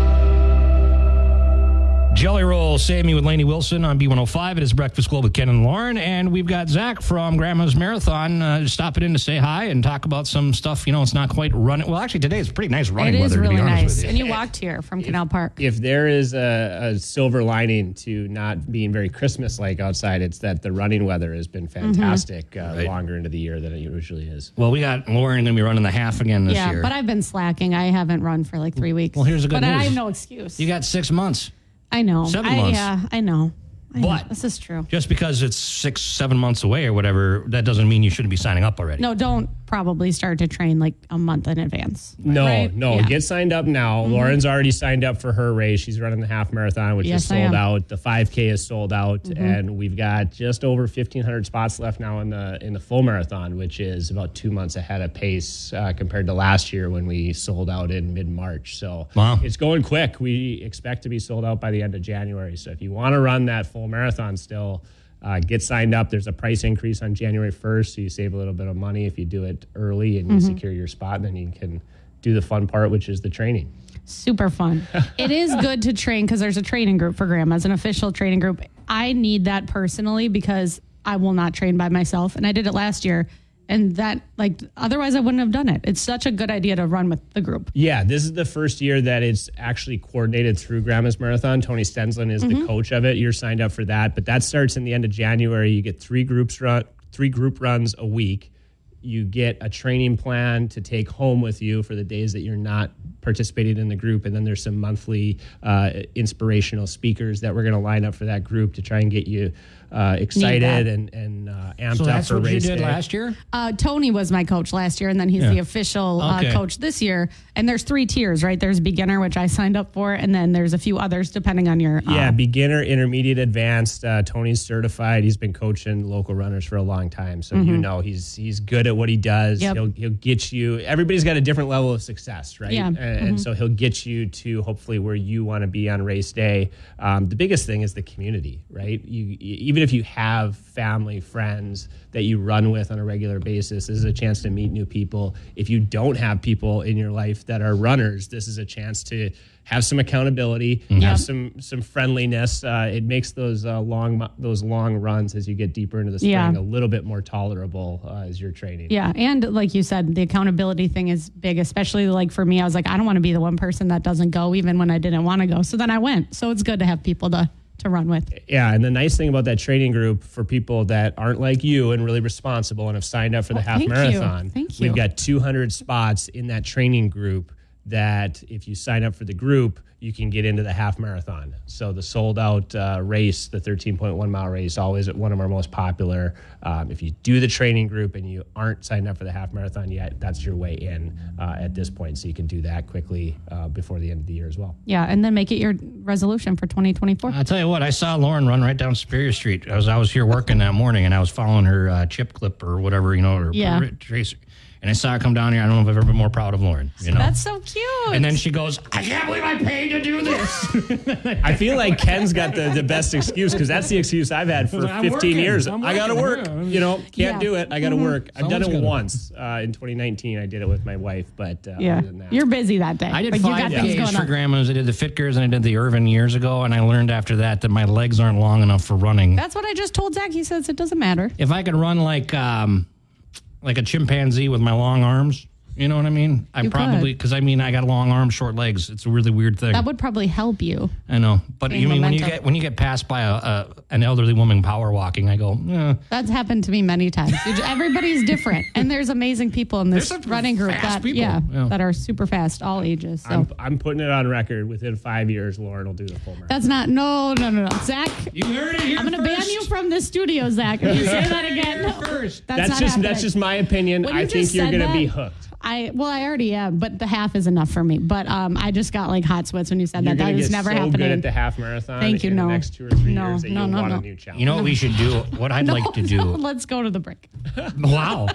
Speaker 1: Jelly Roll, Save Me with Laney Wilson on B105. It is Breakfast Club with Ken and Lauren. And we've got Zach from Grandma's Marathon uh, stopping in to say hi and talk about some stuff. You know, it's not quite running. Well, actually, today it's pretty nice running
Speaker 2: It is
Speaker 1: weather,
Speaker 2: really
Speaker 1: to be honest
Speaker 2: nice.
Speaker 1: with
Speaker 2: And
Speaker 1: you.
Speaker 2: you walked here from Canal Park.
Speaker 6: if there is a, a silver lining to not being very Christmas like outside, it's that the running weather has been
Speaker 2: Mm-hmm.
Speaker 6: fantastic uh, longer into the year than it usually is.
Speaker 1: Well, we got Lauren going to be running the half again this
Speaker 2: yeah,
Speaker 1: year.
Speaker 2: but I've been slacking. I haven't run for like three weeks.
Speaker 1: Well, here's the good
Speaker 2: but I
Speaker 1: news.
Speaker 2: have no excuse.
Speaker 1: you got six months.
Speaker 2: I know.
Speaker 1: seven
Speaker 2: I,
Speaker 1: months.
Speaker 2: Yeah, I know. I know.
Speaker 1: But-
Speaker 2: this is true.
Speaker 1: Just because it's six, seven months away or whatever, that doesn't mean you shouldn't be signing up already.
Speaker 2: No, don't probably start to train like a month in advance.
Speaker 6: No,
Speaker 2: Right?
Speaker 6: no,
Speaker 2: Yeah. Mm-hmm.
Speaker 6: get signed up now. Lauren's already signed up for her race. She's running the half marathon, which
Speaker 2: Yes,
Speaker 6: is
Speaker 2: I am.
Speaker 6: sold out. The 5K is sold out, and we've got just over 1,500 spots left now in the in the full marathon, which is about two months ahead of pace uh, compared to last year when we sold out in mid March. So
Speaker 1: Wow.
Speaker 6: it's going quick. We expect to be sold out by the end of January. So if you want to run that full marathon still. Uh, get signed up. There's a price increase on January 1st, so you save a little bit of money if you do it early and you secure your spot. Then you can do the fun part, which is the training.
Speaker 2: Super fun. it is good to train because there's a training group for grandmas, an official training group. I need that personally because I will not train by myself. And I did it last year. And that, like, otherwise I wouldn't have done it. It's such a good idea to run with the group.
Speaker 6: Yeah, this is the first year that it's actually coordinated through Grandma's Marathon. Tony Stenslin is
Speaker 1: Mm-hmm.
Speaker 6: the coach of it. You're signed up for that, but that starts in the end of January. You get three groups run, three group runs a week. You get a training plan to take home with you for the days that you're not participating in the group, and then there's some monthly uh, inspirational speakers that we're going to line up for that group to try and get you uh, excited and and uh, amped
Speaker 1: So
Speaker 6: up
Speaker 1: that's
Speaker 6: for
Speaker 1: what you
Speaker 6: race
Speaker 1: did
Speaker 6: day.
Speaker 1: last year?
Speaker 2: Uh, Tony was my coach last year, and then he's the official
Speaker 1: Okay.
Speaker 2: uh, coach this year. And there's three tiers, right? There's beginner, which I signed up for, and then there's a few others depending on your. Uh,
Speaker 6: Yeah, beginner, intermediate, advanced. Uh, Tony's certified. He's been coaching local runners for a long time, so you know he's he's good at what he does.
Speaker 2: Mm-hmm. Yep.
Speaker 6: He'll he'll get you. Everybody's got a different level of success, right?
Speaker 2: Yeah.
Speaker 6: And, and so he'll get you to hopefully where you want to be on race day. Um, the biggest thing is the community, right? You e, even if you have family, friends that you run with on a regular basis, this is a chance to meet new people. If you don't have people in your life that are runners, this is a chance to have some accountability, have some some friendliness. Uh, it makes those uh, long those long runs as you get deeper into the spring
Speaker 2: Yeah.
Speaker 6: a little bit more tolerable uh, as you're training.
Speaker 2: Yeah, and like you said, the accountability thing is big, especially like for me. I was like, I don't want to be the one person that doesn't go, even when I didn't want to go. So then I went. So it's good to have people to to run with.
Speaker 6: Yeah, and the nice thing about that training group for people that aren't like you and really responsible and have signed up for the half
Speaker 2: thank you.
Speaker 6: marathon,
Speaker 2: Thank you.
Speaker 6: we've got 200 spots in that training group that if you sign up for the group, you can get into the half marathon. So the sold out uh, race, the 13.1 mile race, always one of our most popular. Um, if you do the training group and you aren't signed up for the half marathon yet, that's your way in uh, at this point. So you can do that quickly uh, before the end of the year as well.
Speaker 2: Yeah, and then make it your resolution for 2024.
Speaker 1: I'll tell you what, I saw Lauren run right down Superior Street. I was I was here working that morning, and I was following her uh, chip clip or whatever, you know, or
Speaker 2: Yeah.
Speaker 1: tracer. And I saw her come down here. I don't know if I've ever been more proud of Lauren. You know.
Speaker 2: That's so cute.
Speaker 1: and then she goes, I can't believe I paid to do this.
Speaker 6: I feel like Ken's got the, the best excuse because that's the excuse I've had for
Speaker 1: I'm
Speaker 6: 15
Speaker 1: working.
Speaker 6: years.
Speaker 1: I'm
Speaker 6: I gotta
Speaker 1: working.
Speaker 6: work.
Speaker 1: Yeah.
Speaker 6: You know, can't
Speaker 2: Yeah.
Speaker 6: do it. I gotta work. I've
Speaker 1: Someone's
Speaker 6: done it
Speaker 1: gotta work.
Speaker 6: once uh, in 2019. I did it with my wife, but uh,
Speaker 2: yeah,
Speaker 6: other than that,
Speaker 2: you're busy that day.
Speaker 1: I did
Speaker 2: but you
Speaker 1: five
Speaker 2: got things
Speaker 1: days
Speaker 2: going
Speaker 1: for
Speaker 2: on.
Speaker 1: grandmas. I did the Fitgers and I did the Irvin years ago. And I learned after that that my legs aren't long enough for running.
Speaker 2: That's what I just told Zach. He says it doesn't matter.
Speaker 1: if I could run like um, like a chimpanzee with my long arms, you know what I mean? I
Speaker 2: You
Speaker 1: probably because I mean I got long arms, short legs. It's a really weird thing.
Speaker 2: That would probably help you.
Speaker 1: I know, but
Speaker 2: Gain
Speaker 1: you mean when you
Speaker 2: momentum.
Speaker 1: get when you get passed by a, a an elderly woman power walking, I go, eh.
Speaker 2: That's happened to me many times. You ju- Everybody's different, and there's amazing people in this
Speaker 1: There's some
Speaker 2: running group
Speaker 1: fast
Speaker 2: that
Speaker 1: people.
Speaker 2: yeah,
Speaker 1: Yeah.
Speaker 2: that are super fast, all ages. So
Speaker 6: I'm, I'm putting it on record. Within five years, Lauren will do the full marathon.
Speaker 2: that's not no no no no Zach.
Speaker 1: you heard it here
Speaker 2: I'm gonna ban you from the studio, Zach. If you say that again,
Speaker 1: first.
Speaker 2: that's,
Speaker 6: That's,
Speaker 2: not
Speaker 6: just
Speaker 2: happening.
Speaker 6: that's just my opinion.
Speaker 2: When you
Speaker 6: I
Speaker 2: just
Speaker 6: think you're
Speaker 2: said
Speaker 6: gonna
Speaker 2: that-
Speaker 6: be hooked.
Speaker 2: I well, I already am, but the half is enough for me. But um, I just got like hot sweats when you said
Speaker 6: You're
Speaker 2: that.
Speaker 6: gonna
Speaker 2: That
Speaker 6: get
Speaker 2: is never
Speaker 6: so
Speaker 2: happening.
Speaker 6: good at the half marathon.
Speaker 2: Thank you,
Speaker 6: In
Speaker 2: no.
Speaker 6: the next two or three
Speaker 2: No,
Speaker 6: years, that
Speaker 2: no,
Speaker 6: you'll
Speaker 2: no,
Speaker 6: want
Speaker 2: no.
Speaker 6: a new challenge.
Speaker 1: You know what we should do? What I'd like to do.
Speaker 2: No, let's go to the break.
Speaker 1: Wow.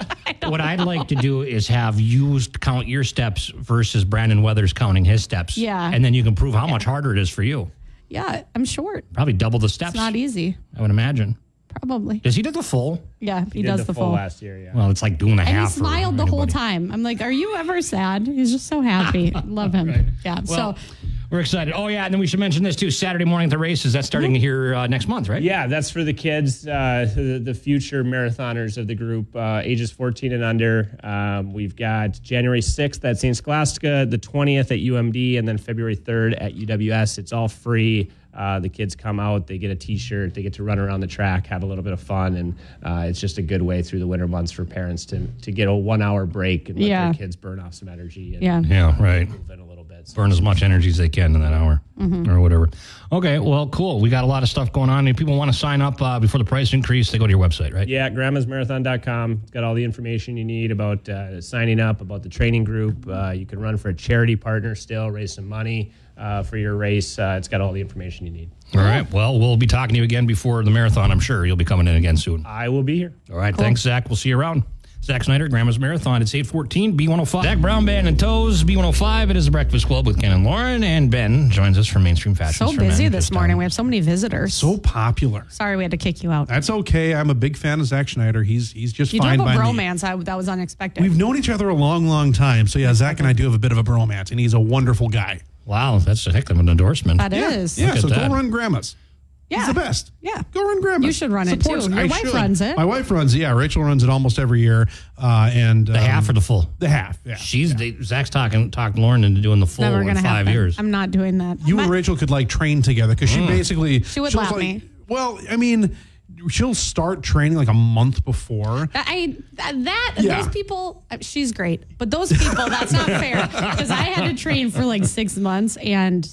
Speaker 1: What I'd like to do is have you count your steps versus Brandon Weathers counting his steps.
Speaker 2: Yeah.
Speaker 1: And then you can prove how much harder it is for you.
Speaker 2: Yeah, I'm short.
Speaker 1: Probably double the steps.
Speaker 2: It's not e- easy,
Speaker 1: I would imagine.
Speaker 2: probably.
Speaker 1: Does he do the full?
Speaker 2: Yeah, he
Speaker 6: Did
Speaker 2: does
Speaker 6: the, full last year. Yeah.
Speaker 1: Well, it's like doing a
Speaker 2: And he
Speaker 1: half. or
Speaker 2: smiled the whole
Speaker 1: anybody.
Speaker 2: time. I'm like, are you ever sad? He's just so happy. Love him. Yeah.
Speaker 1: Well,
Speaker 2: so
Speaker 1: we're excited. Oh, yeah. And then we should mention this too Saturday morning at the races. That's starting
Speaker 2: Mm-hmm.
Speaker 1: here uh, next month, right?
Speaker 6: Yeah, that's for the kids, uh, the, the future marathoners of the group, uh, ages 14 and under. Um, we've got January 6th at St. Scholastica, the 20th at UMD, and then February 3rd at UWS. It's all free. Uh, the kids come out, they get a t shirt, they get to run around the track, have a little bit of fun, and uh, it's just a good way through the winter months for parents to, to get a one hour break and let
Speaker 2: Yeah.
Speaker 6: their kids burn off some energy and
Speaker 2: yeah.
Speaker 1: Yeah, right.
Speaker 6: move in a little bit. So
Speaker 1: burn as much energy as they can in that hour
Speaker 2: Mm-hmm.
Speaker 1: or whatever. Okay, well, cool. We got a lot of stuff going on. If people want to sign up uh, before the price increase, they go to your website, right?
Speaker 6: Yeah, grandmasmarathon.com. It's got all the information you need about uh, signing up, about the training group. Uh, you can run for a charity partner still, raise some money uh, for your race. Uh, it's got all the information you need.
Speaker 1: All right. Well, we'll be talking to you again before the marathon. I'm sure you'll be coming in again soon.
Speaker 6: I will be here.
Speaker 1: All right. Thanks, Zach. We'll see you around. Zach Snyder, Grandma's Marathon. It's 814 B105. Zach Brown, Band and Toes, B105. It is the Breakfast Club with Ken and Lauren. And Ben joins us from Mainstream Fashion.
Speaker 2: So busy this morning. We have so many visitors.
Speaker 7: So popular.
Speaker 2: Sorry, we had to kick you out.
Speaker 7: That's okay. I'm a big fan of Zack Schneider. He's he's just
Speaker 2: You do
Speaker 7: fine
Speaker 2: have a
Speaker 7: by me.
Speaker 2: bromance. I, that was unexpected.
Speaker 7: We've known each other a long, long time. So yeah, Zach and I do have a bit of a bromance, and he's a wonderful guy.
Speaker 1: Wow, that's a heck of an endorsement.
Speaker 2: That is.
Speaker 7: Yeah,
Speaker 1: at
Speaker 7: so
Speaker 1: that.
Speaker 7: go run grandmas.
Speaker 2: Yeah.
Speaker 7: He's the best.
Speaker 2: Yeah.
Speaker 7: Go run grandmas.
Speaker 2: You should run it, too.
Speaker 7: us.
Speaker 2: Your
Speaker 7: I
Speaker 2: wife runs it.
Speaker 7: My wife runs it. Yeah, Rachel runs it almost every year. Uh, and
Speaker 1: The half or the full?
Speaker 7: the half. Yeah.
Speaker 1: She's they, Zach's talking talked Lauren into doing the full
Speaker 2: Never
Speaker 1: in
Speaker 2: gonna
Speaker 1: five
Speaker 2: happen.
Speaker 1: years.
Speaker 2: I'm not doing that.
Speaker 7: you
Speaker 2: My-
Speaker 7: and Rachel could like train together because she
Speaker 1: Mm.
Speaker 7: basically she
Speaker 2: would lap
Speaker 7: like,
Speaker 2: me.
Speaker 7: Well, I mean, she'll start training like a month before.
Speaker 2: I that
Speaker 7: Yeah.
Speaker 2: those people uh, she's great but those people that's not fair because I had to train for like six months and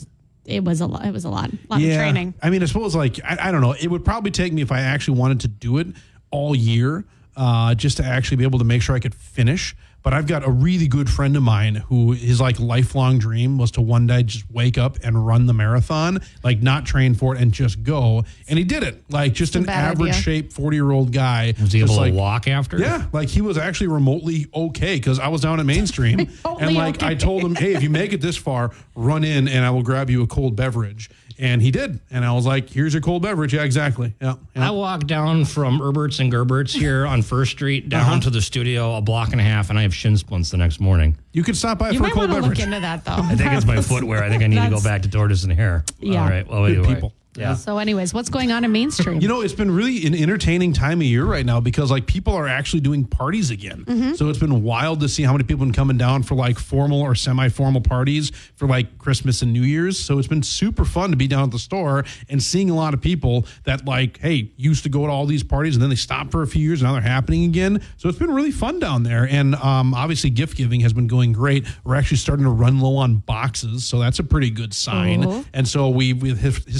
Speaker 2: it was a lot it was a lot a lot of training
Speaker 7: I mean, I suppose like I, I don't know. It would probably take me if I actually wanted to do it all year, uh, just to actually be able to make sure I could finish. But I've got a really good friend of mine who his like lifelong dream was to one day just wake up and run the marathon, like not train for it and just go. And he did it, like just an
Speaker 2: bad
Speaker 7: average
Speaker 2: idea.
Speaker 7: shape forty year old guy.
Speaker 1: Was he
Speaker 7: just
Speaker 1: able
Speaker 7: like,
Speaker 1: to walk after?
Speaker 7: Yeah, like he was actually remotely okay because I was down at mainstream
Speaker 2: Remotely
Speaker 7: and like
Speaker 2: okay.
Speaker 7: I told him, hey, if you make it this far, run in and I will grab you a cold beverage. And he did. And I was like, here's your cold beverage. Yeah, exactly. Yeah. yeah.
Speaker 1: I walk down from Herbert's and Gerbert's here on First Street down to the studio a block and a half, and I have shin splints the next morning.
Speaker 7: you could stop by
Speaker 2: you
Speaker 7: for a
Speaker 2: might
Speaker 7: cold
Speaker 2: want to look
Speaker 7: beverage.
Speaker 2: into that though
Speaker 1: I think it's my footwear. I think I need to go
Speaker 2: That's-
Speaker 1: back to tortoise and hare.
Speaker 2: Yeah.
Speaker 1: All right. Well,
Speaker 7: Good
Speaker 1: anyway.
Speaker 7: people.
Speaker 1: Yeah.
Speaker 2: so anyways what's going on in mainstream
Speaker 7: You know, it's been really an entertaining time of year right now because like people are actually doing parties again. So it's been wild to see how many people have been coming down for like formal or semi-formal parties for like Christmas and New Year's. So it's been super fun to be down at the store and seeing a lot of people that like, hey, used to go to all these parties and then they stopped for a few years and now they're happening again. So it's been really fun down there. And um, obviously gift giving has been going great. We're actually starting to run low on boxes. So that's a pretty good sign.
Speaker 2: Ooh.
Speaker 7: And so we, we his- historically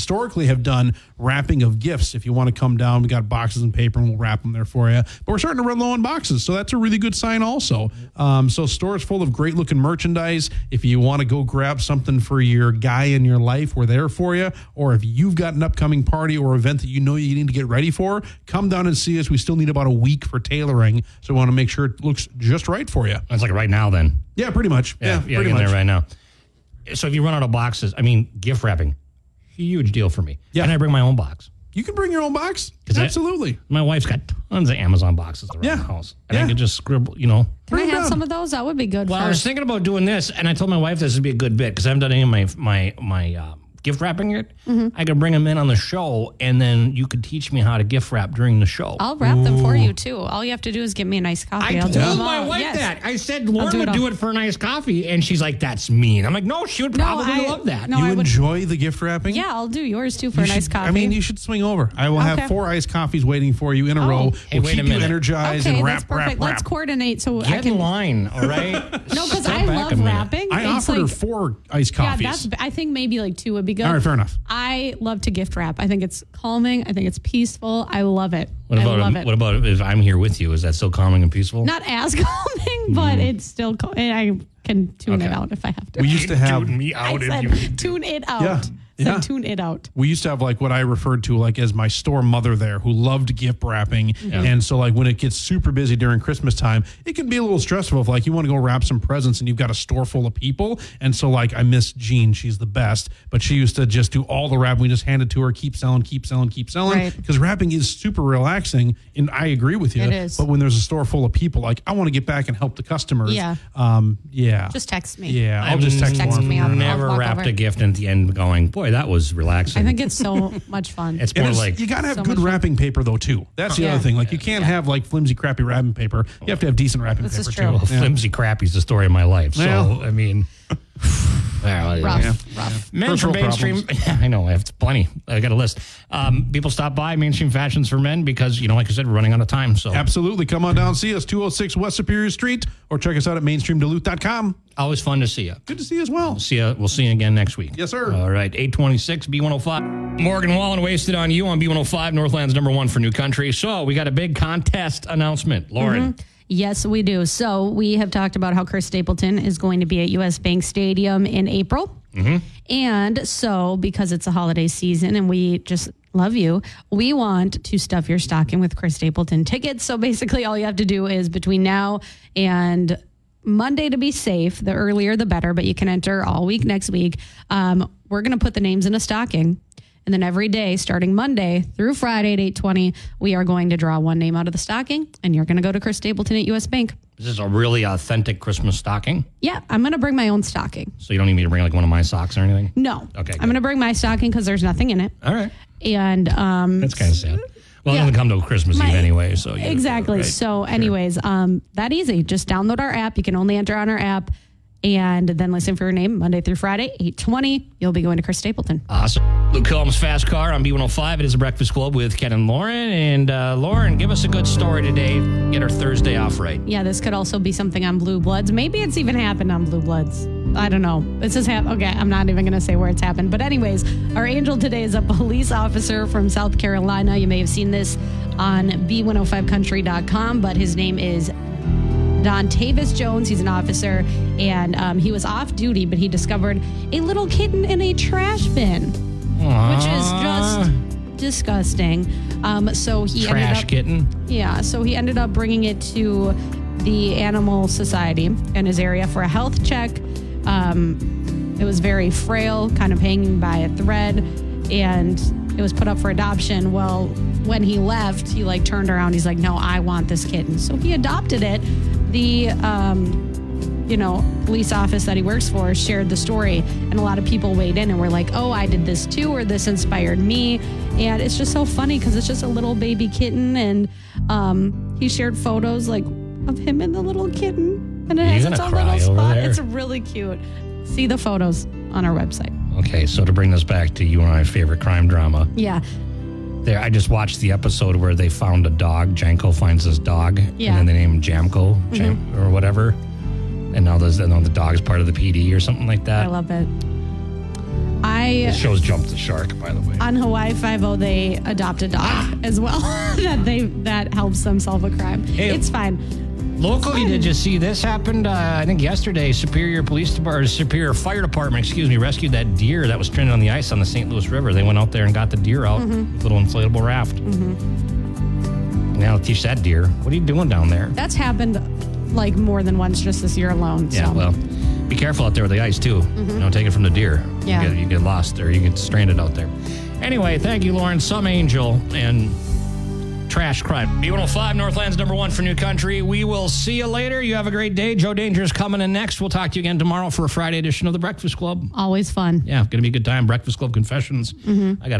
Speaker 7: historically have done wrapping of gifts. If you want to come down, we got boxes and paper and we'll wrap them there for you. But we're starting to run low on boxes. So that's a really good sign, also. Um, so, stores full of great looking merchandise. If you want to go grab something for your guy in your life, we're there for you. Or if you've got an upcoming party or event that you know you need to get ready for, come down and see us. We still need about a week for tailoring. So, we want to make sure it looks just right for you.
Speaker 1: It's like right now, then.
Speaker 7: Yeah, pretty much. Yeah,
Speaker 1: yeah,
Speaker 7: pretty
Speaker 1: get in
Speaker 7: much.
Speaker 1: there right now. So if you run out of boxes, I mean, gift wrapping, huge deal for me.
Speaker 7: Yeah.
Speaker 1: and I bring my own box.
Speaker 7: You can bring your own box.
Speaker 1: 'Cause I-
Speaker 7: Absolutely.
Speaker 1: My wife's got tons of Amazon boxes around
Speaker 7: Yeah.
Speaker 1: the house, and I
Speaker 7: Yeah.
Speaker 1: could just scribble, you know.
Speaker 2: Can I
Speaker 7: Bring it
Speaker 2: have
Speaker 7: down.
Speaker 2: some of those? That would be good.
Speaker 1: Well, I
Speaker 2: for
Speaker 1: was thinking about doing this, and I told my wife this would be a good bit because I haven't done any of my my my uh, gift wrapping yet.
Speaker 2: Mm-hmm.
Speaker 1: I could bring them in on the show, and then you could teach me how to gift wrap during the show.
Speaker 2: I'll wrap them for you too. All you have to do is give me a nice copy.
Speaker 1: I
Speaker 2: will
Speaker 1: told
Speaker 2: do them
Speaker 1: my
Speaker 2: all.
Speaker 1: wife
Speaker 2: Yes.
Speaker 1: that. I said Lauren
Speaker 2: do it
Speaker 1: would do
Speaker 2: all.
Speaker 1: it for a nice coffee, and she's like, "That's mean." I'm like, "No, she would
Speaker 2: No,
Speaker 1: probably
Speaker 2: I-
Speaker 1: love that."
Speaker 2: no,
Speaker 7: you
Speaker 2: I would-
Speaker 7: enjoy the gift wrapping?
Speaker 2: Yeah, I'll do yours too for
Speaker 7: You
Speaker 2: a nice
Speaker 7: should-
Speaker 2: copy.
Speaker 7: I mean, you should swing over. I will
Speaker 2: Okay. Oh.
Speaker 7: have four iced coffees waiting for you in a row.
Speaker 1: Hey,
Speaker 7: we'll
Speaker 1: wait a
Speaker 7: keep
Speaker 1: minute.
Speaker 7: you energized
Speaker 2: okay,
Speaker 7: and
Speaker 2: that's
Speaker 7: wrap,
Speaker 2: perfect.
Speaker 7: wrap,
Speaker 2: Let's
Speaker 7: wrap.
Speaker 2: coordinate so I
Speaker 1: Get
Speaker 2: can.
Speaker 1: in line, all right?
Speaker 2: No, because
Speaker 1: Step
Speaker 2: I
Speaker 1: back a
Speaker 2: love
Speaker 1: minute.
Speaker 2: wrapping.
Speaker 7: I
Speaker 2: It's
Speaker 7: offered her
Speaker 2: like-
Speaker 7: four iced
Speaker 2: Yeah,
Speaker 7: coffees.
Speaker 2: that's. I think maybe like two would be good.
Speaker 7: All right, fair enough.
Speaker 2: I love to gift wrap. I think it's calming. I think it's peaceful. I love it.
Speaker 1: What about
Speaker 2: I love it.
Speaker 1: what about if I'm here with you? Is that still calming and peaceful?
Speaker 2: Not as calming, but it's still. Cal- and I can tune it
Speaker 1: Okay.
Speaker 2: out if I have to.
Speaker 7: Mm. we used to have
Speaker 1: me
Speaker 2: I
Speaker 1: out
Speaker 2: said, tune it out.
Speaker 7: Yeah,
Speaker 2: Said,
Speaker 7: yeah.
Speaker 2: tune it out.
Speaker 7: we used to have like what I referred to like as my store mother there who loved gift wrapping. And so like when it gets super busy during Christmas time, it can be a little stressful if like you want to go wrap some presents and you've got a store full of people. And so like I miss Jean, she's the best, but she used to just do all the wrapping. We just hand it to her, keep selling, keep selling, keep selling.
Speaker 2: Right.
Speaker 7: Because wrapping is super relaxing. And I agree with you.
Speaker 2: It is.
Speaker 7: But when there's a store full of people, like I want to get back and help the customers.
Speaker 2: Yeah.
Speaker 7: Um, yeah.
Speaker 2: Just text me.
Speaker 7: yeah, I'll just text,
Speaker 2: text
Speaker 7: Lauren
Speaker 2: me,
Speaker 7: from
Speaker 2: I'll-
Speaker 7: here.
Speaker 1: Never
Speaker 2: walk
Speaker 1: wrapped
Speaker 2: over.
Speaker 1: a gift and at the end going, boy, that was relaxing.
Speaker 2: I think it's so much fun.
Speaker 1: it's
Speaker 7: And
Speaker 1: more
Speaker 7: it's-
Speaker 1: like
Speaker 7: you gotta have
Speaker 2: so
Speaker 7: good
Speaker 2: much-
Speaker 7: wrapping paper though too. That's the
Speaker 2: Yeah.
Speaker 7: other thing. Like you can't have like flimsy, crappy wrapping paper. You have to have decent wrapping
Speaker 2: This is
Speaker 7: paper
Speaker 2: true.
Speaker 7: too.
Speaker 1: well, flimsy crap is the story of my life. So
Speaker 7: Well.
Speaker 1: I mean, well, yeah.
Speaker 2: rough.
Speaker 1: Men from
Speaker 7: Personal
Speaker 1: mainstream. I know I have plenty. I got a list. Um, people stop by mainstream fashions for men because you know, like I said, we're running out of time. So
Speaker 7: Absolutely. Come on down, see us 206 West Superior Street, or check us out at mainstreamduluth.com.
Speaker 1: always fun to see you.
Speaker 7: Good to see you as well.
Speaker 1: See ya. We'll see you again next week.
Speaker 7: Yes, sir.
Speaker 1: All right. 826 B105. Morgan Wallen wasted on you on B105, Northland's number one for new country. So we got a big contest announcement. Lauren,
Speaker 2: Yes, we do. So we have talked about how Chris Stapleton is going to be at US Bank Stadium in April. And so, because it's a holiday season and we just love you, we want to stuff your stocking with Chris Stapleton tickets. So basically, all you have to do is between now and Monday to be safe, the earlier the better, but you can enter all week next week. Um, we're going to put the names in a stocking. And then every day, starting Monday through Friday at 820, we are going to draw one name out of the stocking, and you're going to go to Chris Stapleton at US Bank.
Speaker 1: this is a really authentic Christmas stocking.
Speaker 2: Yeah, I'm going to bring my own stocking.
Speaker 1: So you don't need me to bring like one of my socks or anything?
Speaker 2: No.
Speaker 1: Okay, good.
Speaker 2: I'm going to bring my stocking because there's nothing in it.
Speaker 1: All right.
Speaker 2: And um,
Speaker 1: That's kind of sad. Well, it doesn't come to Christmas
Speaker 2: My-
Speaker 1: Eve anyway. So you-
Speaker 2: Exactly.
Speaker 1: right.
Speaker 2: So, anyways, um, that easy. Just download our app. You can only enter on our app, and then listen for your name Monday through Friday, eight twenty. You'll be going to Chris Stapleton.
Speaker 1: Awesome. Luke Combs Fast Car on B105. It is the Breakfast Club with Ken and Lauren. And uh, Lauren, give us a good story today. Get our Thursday off right.
Speaker 2: Yeah, this could also be something on Blue Bloods. Maybe it's even happened on Blue Bloods. I don't know. This is hap- okay. I'm not even going to say where it's happened. But anyways, our angel today is a police officer from South Carolina. You may have seen this on b105country.com, but his name is Don Tavis Jones. He's an officer, and um, he was off duty, but he discovered a little kitten in a trash bin, which is
Speaker 1: Ah,
Speaker 2: just disgusting. Um, so he ended
Speaker 1: Trash
Speaker 2: up,
Speaker 1: kitten.
Speaker 2: yeah, so he ended up bringing it to the Animal Society in his area for a health check. Um, it was very frail, kind of hanging by a thread, and it was put up for adoption. Well, when he left, he like turned around. He's like, "No, I want this kitten." So he adopted it. The um, you know, police office that he works for shared the story, and a lot of people weighed in and were like, "Oh, I did this too," or "This inspired me," and it's just so funny because it's just a little baby kitten, and um, he shared photos like of him and the little kitten, and it has
Speaker 1: gonna
Speaker 2: its own
Speaker 1: cry
Speaker 2: little
Speaker 1: over
Speaker 2: spot.
Speaker 1: there.
Speaker 2: It's really cute. See the photos on our website.
Speaker 1: Okay, so to bring this back to you and my favorite crime drama,
Speaker 2: Yeah,
Speaker 1: there I just watched the episode where they found a dog. Janko finds this dog,
Speaker 2: Yeah.
Speaker 1: and
Speaker 2: Mm-hmm.
Speaker 1: then they name him Jamko Jam- or whatever. And now, there's, now the dog's part of the PD or something like that.
Speaker 2: I love it. I
Speaker 1: This show's jumped the shark, by the way.
Speaker 2: on Hawaii Five O they adopt a
Speaker 1: Ah.
Speaker 2: dog as well that they that helps them solve a crime. It's fine.
Speaker 1: Locally,
Speaker 2: Fun.
Speaker 1: did you see this happened? Uh, I think yesterday, Superior Police Department, Superior Fire Department, excuse me, rescued that deer that was stranded on the ice on the St. Louis River. They went out there and got the deer out with a little inflatable raft. Now teach that deer. What are you doing down there?
Speaker 2: That's happened like more than once just this year alone.
Speaker 1: Yeah,
Speaker 2: so. Mm-hmm.
Speaker 1: well, be careful out there with the ice too. You know, take it from the deer.
Speaker 2: Yeah.
Speaker 1: you get, you get lost there. You get stranded out there. Anyway, thank you, Lauren. Some angel and trash crime. B105 Northland's number one for New Country. We will see you later. You have a great day. Joe Danger's coming in next. We'll talk to you again tomorrow for a Friday edition of the Breakfast Club.
Speaker 2: always fun. Mm-hmm.
Speaker 1: Yeah, going to be a good time. Breakfast Club confessions. I got a